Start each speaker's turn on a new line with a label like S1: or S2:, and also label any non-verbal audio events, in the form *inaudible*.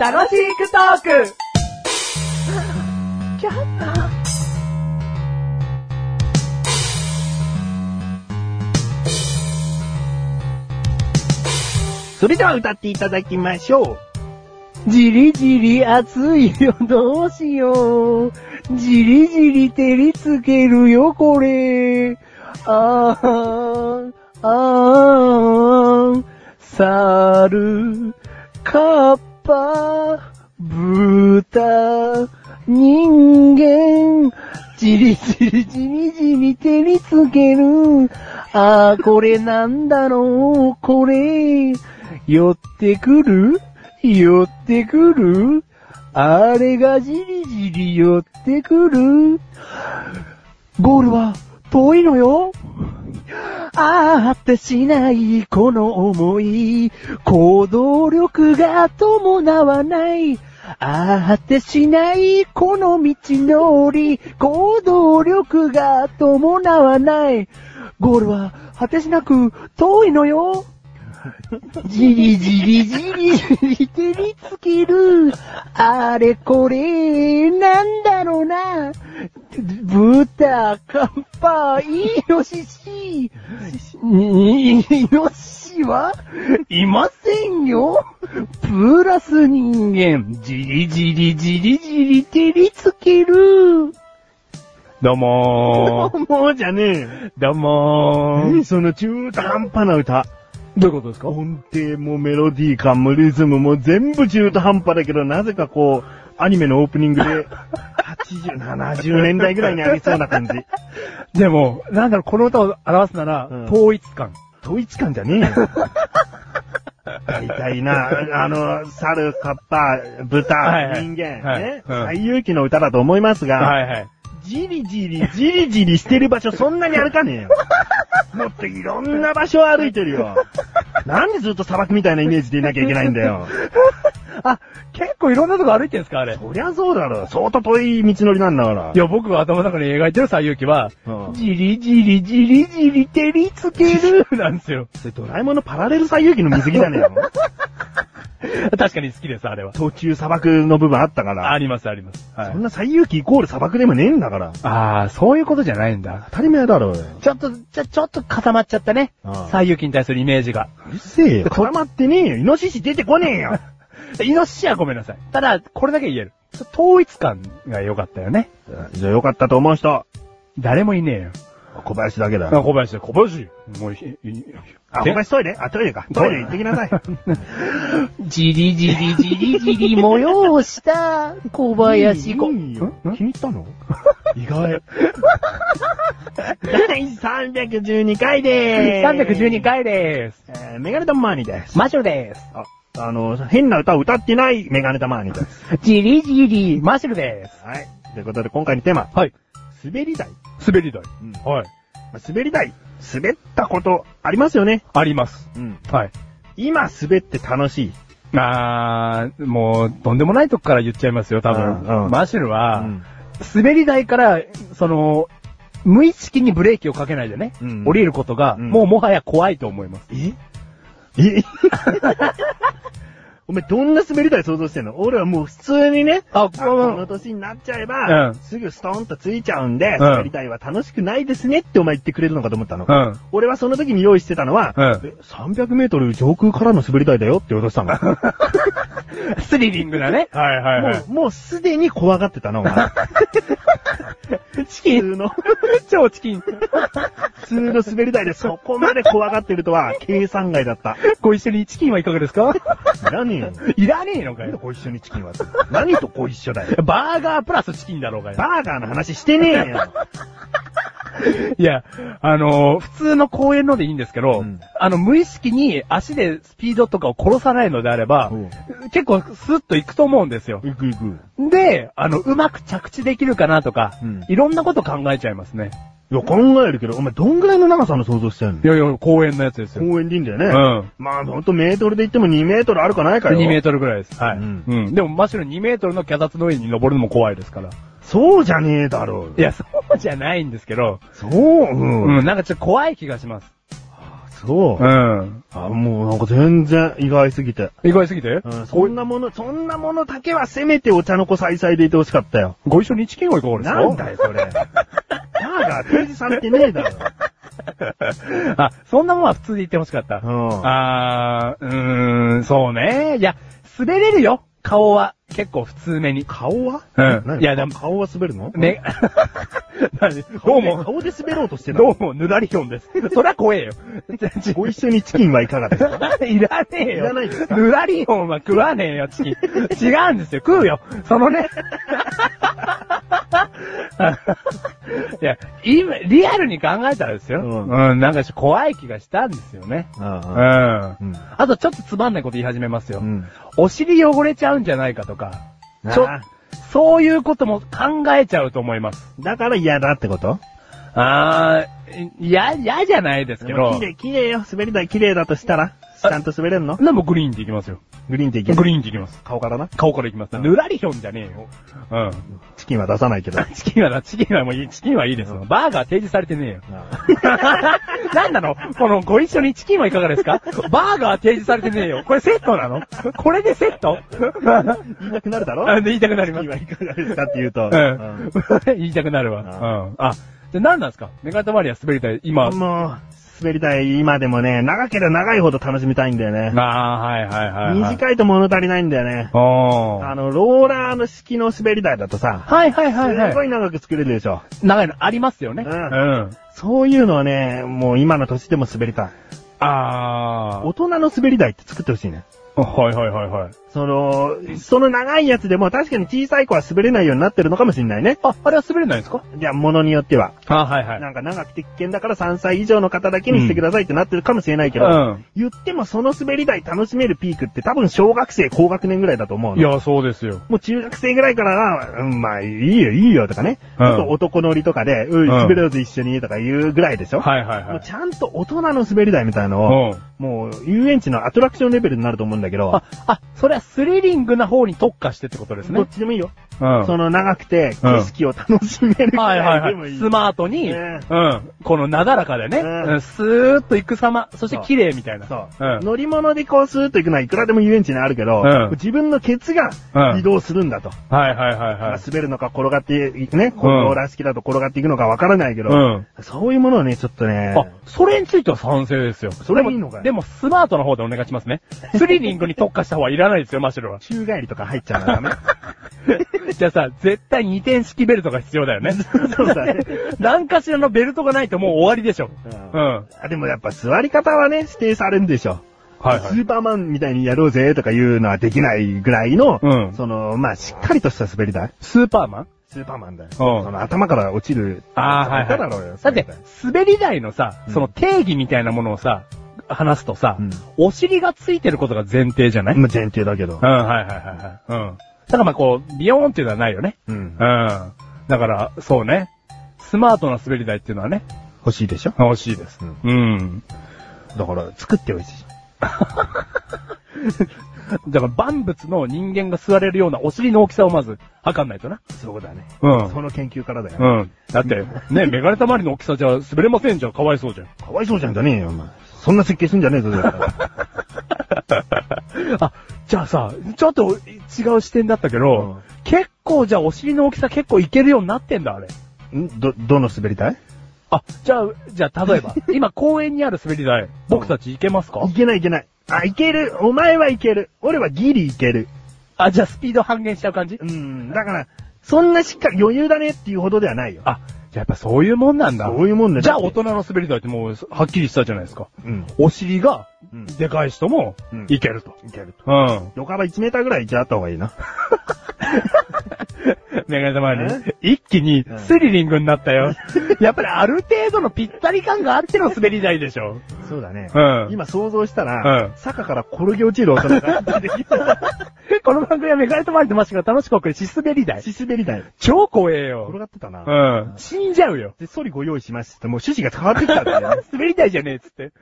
S1: 楽しくトーク
S2: それでは歌っていただきましょ
S3: じりじり熱いよ、どうしよう。じりじり照りつけるよ、これ。あーん、あーん、猿、カッパ、豚、人間、じりじりじりじり照りつける。あー、これなんだろう、これ。寄ってくる寄ってくるあれがじりじり寄ってくるゴールは遠いのよああってしないこの思い行動力が伴わないああってしないこの道のり行動力が伴わないゴールは果てしなく遠いのよじりじりじりじり照りつける。あれこれ、なんだろうな。豚、カッパ、イノシシ。にイノシシはいませんよ。プラス人間、じりじりじりじり照りつける。
S2: う。どうもー。
S3: もうじゃねえ。
S2: どうもー。その中途半端な歌。
S3: どういうことですか
S2: 音程もメロディー感もリズムも全部中途半端だけど、なぜかこう、アニメのオープニングで、80、70年代ぐらいにありそうな感じ。
S3: でも、なんだろう、この歌を表すなら、
S2: うん
S3: 統一感。
S2: 統一感じゃねえよ。大体な、あの、猿、カッパ、豚、
S3: はいはい
S2: 人間、
S3: はい
S2: ね、
S3: うん
S2: 最有機の歌だと思いますが、
S3: はいはい。
S2: じりじり、じりじりしてる場所そんなに歩かねえよ。もっといろんな場所を歩いてるよ。なんでずっと砂漠みたいなイメージでいなきゃいけないんだよ。
S3: あ、結構いろんなとこ歩いてるんですかあれ。
S2: そりゃそうだろ。相当遠い道のりなんだから
S3: い。や、僕が頭の中に描いてる最有機は、
S2: うん
S3: じりじりじりじり照りつける、なんですよ。
S2: それドラえもんのパラレル最有機の水着だねえよ。
S3: 確かに好きです、あれは。
S2: 途中砂漠の部分あったから。
S3: あります、あります。は
S2: そ
S3: い
S2: ん。な最有機イコール砂漠でもねえんだから。
S3: ああ、そういうことじゃないんだ。
S2: 当たり前だろうよ。
S3: ちょっと、じゃ、ちょっと固まっちゃったね
S2: ああ。
S3: 最有機に対するイメージが。
S2: うるせえよ。絡まってねえよ。イノシシ出てこねえよ。
S3: イノシシはごめんなさい。ただ、これだけ言える。統一感が良かったよね。
S2: *laughs* じゃあよかったと思う人。
S3: 誰もいねえよ。
S2: 小林だけだ。
S3: あ小林だ、小林。もうひ、い
S2: あ、小林トイレあ、トイレか。トイレ行ってきなさい。
S3: じりじりじりじり模様をした小林子。
S2: いいよ
S3: んん
S2: 気に入ったの意外。第312回でーす。
S3: 312。回でーす。
S2: えー、メガネタマーニです。
S3: 魔女でーす。
S2: あ、あの、変な歌を歌ってないメガネタマーニです。
S3: じりじりマシュルでーす。
S2: はい。ということで、今回のテーマ、
S3: はい。
S2: 滑り台。
S3: 滑り台。
S2: うんま
S3: はい。
S2: あ滑り台、滑ったことありますよね。
S3: あります。
S2: うん。
S3: はい。
S2: 今滑って楽しい。
S3: あー、もう、とんでもないとこから言っちゃいますよ、多
S2: うんう
S3: 分。
S2: ん
S3: マシュルは、
S2: うん
S3: 滑り台から、その、無意識にブレーキをかけないでね、
S2: うん
S3: 降りることが、
S2: うん
S3: もうもはや怖いと思います。
S2: ええ *laughs* お前どんな滑り台想像してんの俺はもう普通にね、
S3: あ、
S2: あこの年になっちゃえば、
S3: うん
S2: すぐストーンとついちゃうんで、
S3: ん
S2: 滑り台は楽しくないですねってお前言ってくれるのかと思ったの。
S3: うん
S2: 俺はその時に用意してたのは、
S3: うん
S2: え300メートル上空からの滑り台だよって脅した *laughs* の。
S3: スリリングなね。はいは
S2: もう、もうすでに怖がってたの、 *laughs* お前
S3: チキ
S2: 普
S3: ン。
S2: 通
S1: *laughs*
S2: の、
S3: 超チキン。
S2: 普通の滑り台でそこまで怖がってるとは、計算外だった。
S3: ご一緒にチキンはいかがですか *laughs*
S2: 何よ。
S3: いらねえのか
S2: 何と
S3: よ。
S2: ご一緒にチキンは。何とご一緒だよ。
S3: バーガープラスチキンだろうがよ。
S2: バーガーの話してねえよ。
S3: いや、あのー普通の公園のでいいんですけど、
S2: うん
S3: あの、無意識に足でスピードとかを殺さないのであれば、
S2: うん
S3: 結構スッと行くと思うんですよ。
S2: 行く行く。
S3: で、あの、うまく着地できるかなとか、
S2: うん
S3: いろんなこと考えちゃいますね。
S2: いや、考えるけど、お前どんぐらいの長さの想像してんの
S3: いやいや、公園のやつですよ。
S2: 公園でいいんだよね。
S3: うん
S2: まあ、ほんとメートルで言っても2メートルあるかないかよ。
S3: 2メートルぐらいです。はい。
S2: う
S3: うんん。でも、真っ白2メートルの脚立の上に登るのも怖いですから。
S2: そうじゃねえだろう。
S3: いや、そうじゃないんですけど、
S2: そう、う。
S3: うんん、なんかちょっと怖い気がします。
S2: そうう。
S1: ん。
S2: あ、もうなんか全然意外すぎて。
S1: 意外すぎて、
S2: うん、そんなもの、そんなものだけはせめてお茶の子再々でいてほしかったよ。
S1: ご一緒にチキンをいかがですか
S2: なんだ
S3: *laughs*
S2: よ、それ。バーガー提示されてねえだろ。
S1: あ、そんなもんは普通で言ってほしかった。
S2: うん
S1: あー、うーん、そうね。いや、滑れるよ。顔は。結構普通めに。
S2: 顔は
S1: うん
S2: 何
S1: いやでも
S2: 顔は滑るの
S1: ね。 *laughs* 何
S2: ど
S1: どう
S2: うも。
S1: も、
S2: 顔で滑ろうとしてる
S1: どうも、ぬらりひょんです。そりゃ怖えよ。 *laughs*
S2: ご一緒にチキンはいかがですか
S1: いらねえよ。
S2: いらないですか
S1: ぬらりひょんは食わねえよ、チキン。違うんですよ、食うよ。そのね。 *laughs* いや、今、リアルに考えたらですよ。う
S2: うん
S1: ん、なんか怖い気がしたんですよね。うん。
S2: ああ。
S1: あ
S2: うん。
S1: と、ちょっとつまんないこと言い始めますよ。
S2: うん。
S1: お尻汚れちゃうんじゃないかとか、ちょ
S2: ああ
S1: そういうことも考えちゃうと思います。
S2: だから嫌だってこと
S1: あー、いや、嫌じゃないですけ
S2: でも
S1: ど
S2: 綺。麗、綺麗よ。滑り台綺麗だとしたら、ちゃんと滑れるの
S1: でもグリーンでいきますよ。
S2: グリーンっていけ
S1: グ
S2: る
S1: リーンでいきます。
S2: 顔からな。
S1: 顔からいきます。ぬらりひょんじゃねえよ。うん。
S2: チキンは出さないけ
S1: *laughs*
S2: ど。
S1: チキンはな、チキンはもういい、チキンはいいですよ。バーガー提示されてねえよ。 *laughs* なんなのこのご一緒にチキンはいかがですかバーガー提示されてねえよ。これセットなのこれでセッ
S2: *laughs*
S1: ト
S2: 言いたくなるだろ
S1: あ言いたくなります
S2: チキンはいかがですかって言うと。
S1: うん。 *laughs* 言いたくなるわ。うん。あ、じゃあ何なんですかメガトマリア滑りたい。今。
S2: うんもう、滑り台今でもね、長ければ長いほど楽しみたいんだよね。
S1: ああ、はいはいはい、はい。
S2: 短いと物足りないんだよね。
S1: おー
S2: あの、ローラーの式の滑り台だとさ、
S1: はいはいはい
S2: すご
S1: はい。
S2: い長く作れるでしょ。
S1: 長いのありますよね。
S2: うん
S1: うん
S2: そういうのはね、もう今の年でも滑りたい。
S1: あ
S2: 大人の滑り台って作ってほしいね。
S1: あ。はいはいはいはい。
S2: その、その長いやつでも確かに小さい子は滑れないようになってるのかもしれないね。
S1: あ、あれは滑れないんですか
S2: じゃあ、ものによっては。
S1: あはいはい。
S2: なんか長くて危険だから3歳以上の方だけにしてくださいってなってるかもしれないけど、
S1: うん
S2: 言ってもその滑り台楽しめるピークって多分小学生高学年ぐらいだと思うの
S1: いや、そうですよ。
S2: もう中学生ぐらいからは、うん、まあ、いいよ、いいよとかね。
S1: うん
S2: あと男乗りとかで、うん、
S1: ん
S2: 滑ろうぜ一緒にとか言うぐらいでしょ、
S1: はいはい
S2: も
S1: は
S2: う
S1: い。
S2: ちゃんと大人の滑り台みたいのを、
S1: うん。
S2: もう遊園地のアトラクションレベルになると思うんだけど
S1: あ、、あ、それはスリリングな方に特化してってことです
S2: ど
S1: ね
S2: っ。ちでもいいよ。
S1: うん
S2: その長くて
S1: う
S2: 景
S1: ん
S2: 色を楽しめるぐ
S1: はい
S2: ら
S1: はい
S2: で
S1: い
S2: も
S1: はい
S2: い。
S1: い。スマートに、
S2: ね
S1: うん。このなだらかでね、
S2: うん
S1: うんスーッと行く様、そして綺麗みたいな。
S2: そう、
S1: うん。
S2: 乗り物でこうスーッと行くのはいくらでも遊園地にあるけど、
S1: うん
S2: 自分のケツが
S1: うん
S2: 移動するんだと。
S1: はいはいはい
S2: ま
S1: は
S2: あ
S1: い。
S2: 滑るのか転がっていくね、こうローラー式だと転がっていくのかわからないけど、
S1: うん
S2: そういうものをね、ちょっとね、
S1: あ、それについては賛成ですよ。
S2: それはいいのかよ。
S1: でも、でもスマートの方でお願いしますね。スリリングに特化した方はいらないですよ、マシュルは
S2: 宙返りとか入っちゃうの
S1: *laughs*
S2: ダメ。
S1: じゃあさ、絶対2点式ベルトが必要だよね。
S2: そうだね。
S1: *laughs* 何かしらのベルトがないともう終わりでしょ。う。
S2: うんん
S1: は
S2: あでもやっぱ座り方はね、指定されるでしょ。
S1: いは
S2: ス
S1: い。
S2: ーパーマンみたいにやろうぜとかいうのはできないぐらいの、
S1: うん
S2: その、まあ、しっかりとした滑り台。
S1: スーパーマン
S2: スーパーマンだよ。その頭から落ちる。
S1: ああ、はい
S2: だ
S1: は
S2: ろうよ。
S1: い。だって、滑り台のさ、
S2: うん
S1: その定義みたいなものをさ、話すとさ、
S2: うん
S1: お尻がついてることが前提じゃない、
S2: まあ前提だけど
S1: う。ん、はいはいはいはい。うん。ただまあこう、ビヨーンっていうのはないよね。
S2: うん
S1: う。ん。だから、そうね。スマートな滑り台っていうのはね、
S2: 欲しいでしょ
S1: 欲しいです。うん。
S2: だから、作ってほしい。
S1: だから、万物の人間が座れるようなお尻の大きさをまず、測んないとな。
S2: そうだね。
S1: うん
S2: その研究からだよ。
S1: うん。だって、
S2: *laughs*
S1: ね、メガネたまりの大きさじゃ滑れませんじゃん。かわいそうじゃん。
S2: かわいそうじゃんじゃねえよ、お前。そんな設計すんじゃねえぞ、だ *laughs* から
S1: あ、じゃあさ、ちょっと違う視点だったけど、
S2: うん
S1: 結構じゃあお尻の大きさ結構いけるようになってんだ、あれ。
S2: んど、どの滑り台
S1: あ、じゃあ、じゃあ例え
S2: *laughs*
S1: ば、今公園にある滑り台、僕たち行けますか、
S2: いけないいけない。あ、いける。お前はいける。俺はギリいける。
S1: あ、じゃあスピード半減しちゃう感じ
S2: うん。だから、そんなしっかり余裕だねっていうほどではないよ。
S1: あ、じゃあやっぱそういうもんなんだ。
S2: そういうもんだよ
S1: じゃあ大人の滑り台ってもう、はっきりしたじゃないですか。
S2: うん。
S1: お尻が
S2: うん、
S1: でかい人も
S2: うん、
S1: いけると。
S2: いけると。
S1: うん。
S2: 横幅1メーターぐらい行っちゃった方がいいな。
S1: メガネ玉に、一気にスリリングになった *laughs* よ。やっぱりある程度のぴったり感があっての滑り台でしょ。
S2: そうだね。
S1: うん
S2: 今想像したら、
S1: うん
S2: 坂から転げ落ちる音が出てきた。
S1: この番組はメガネとマリとマシュが楽しくお送り、しすべり台。
S2: し滑り台。
S1: 超怖え
S2: 転
S1: よ。
S2: がってたな。
S1: うん。死んじゃうよ。
S2: で、ソリご用意しました。もう趣旨が変わってきたんだよね。
S1: 滑り台じゃねえっつって。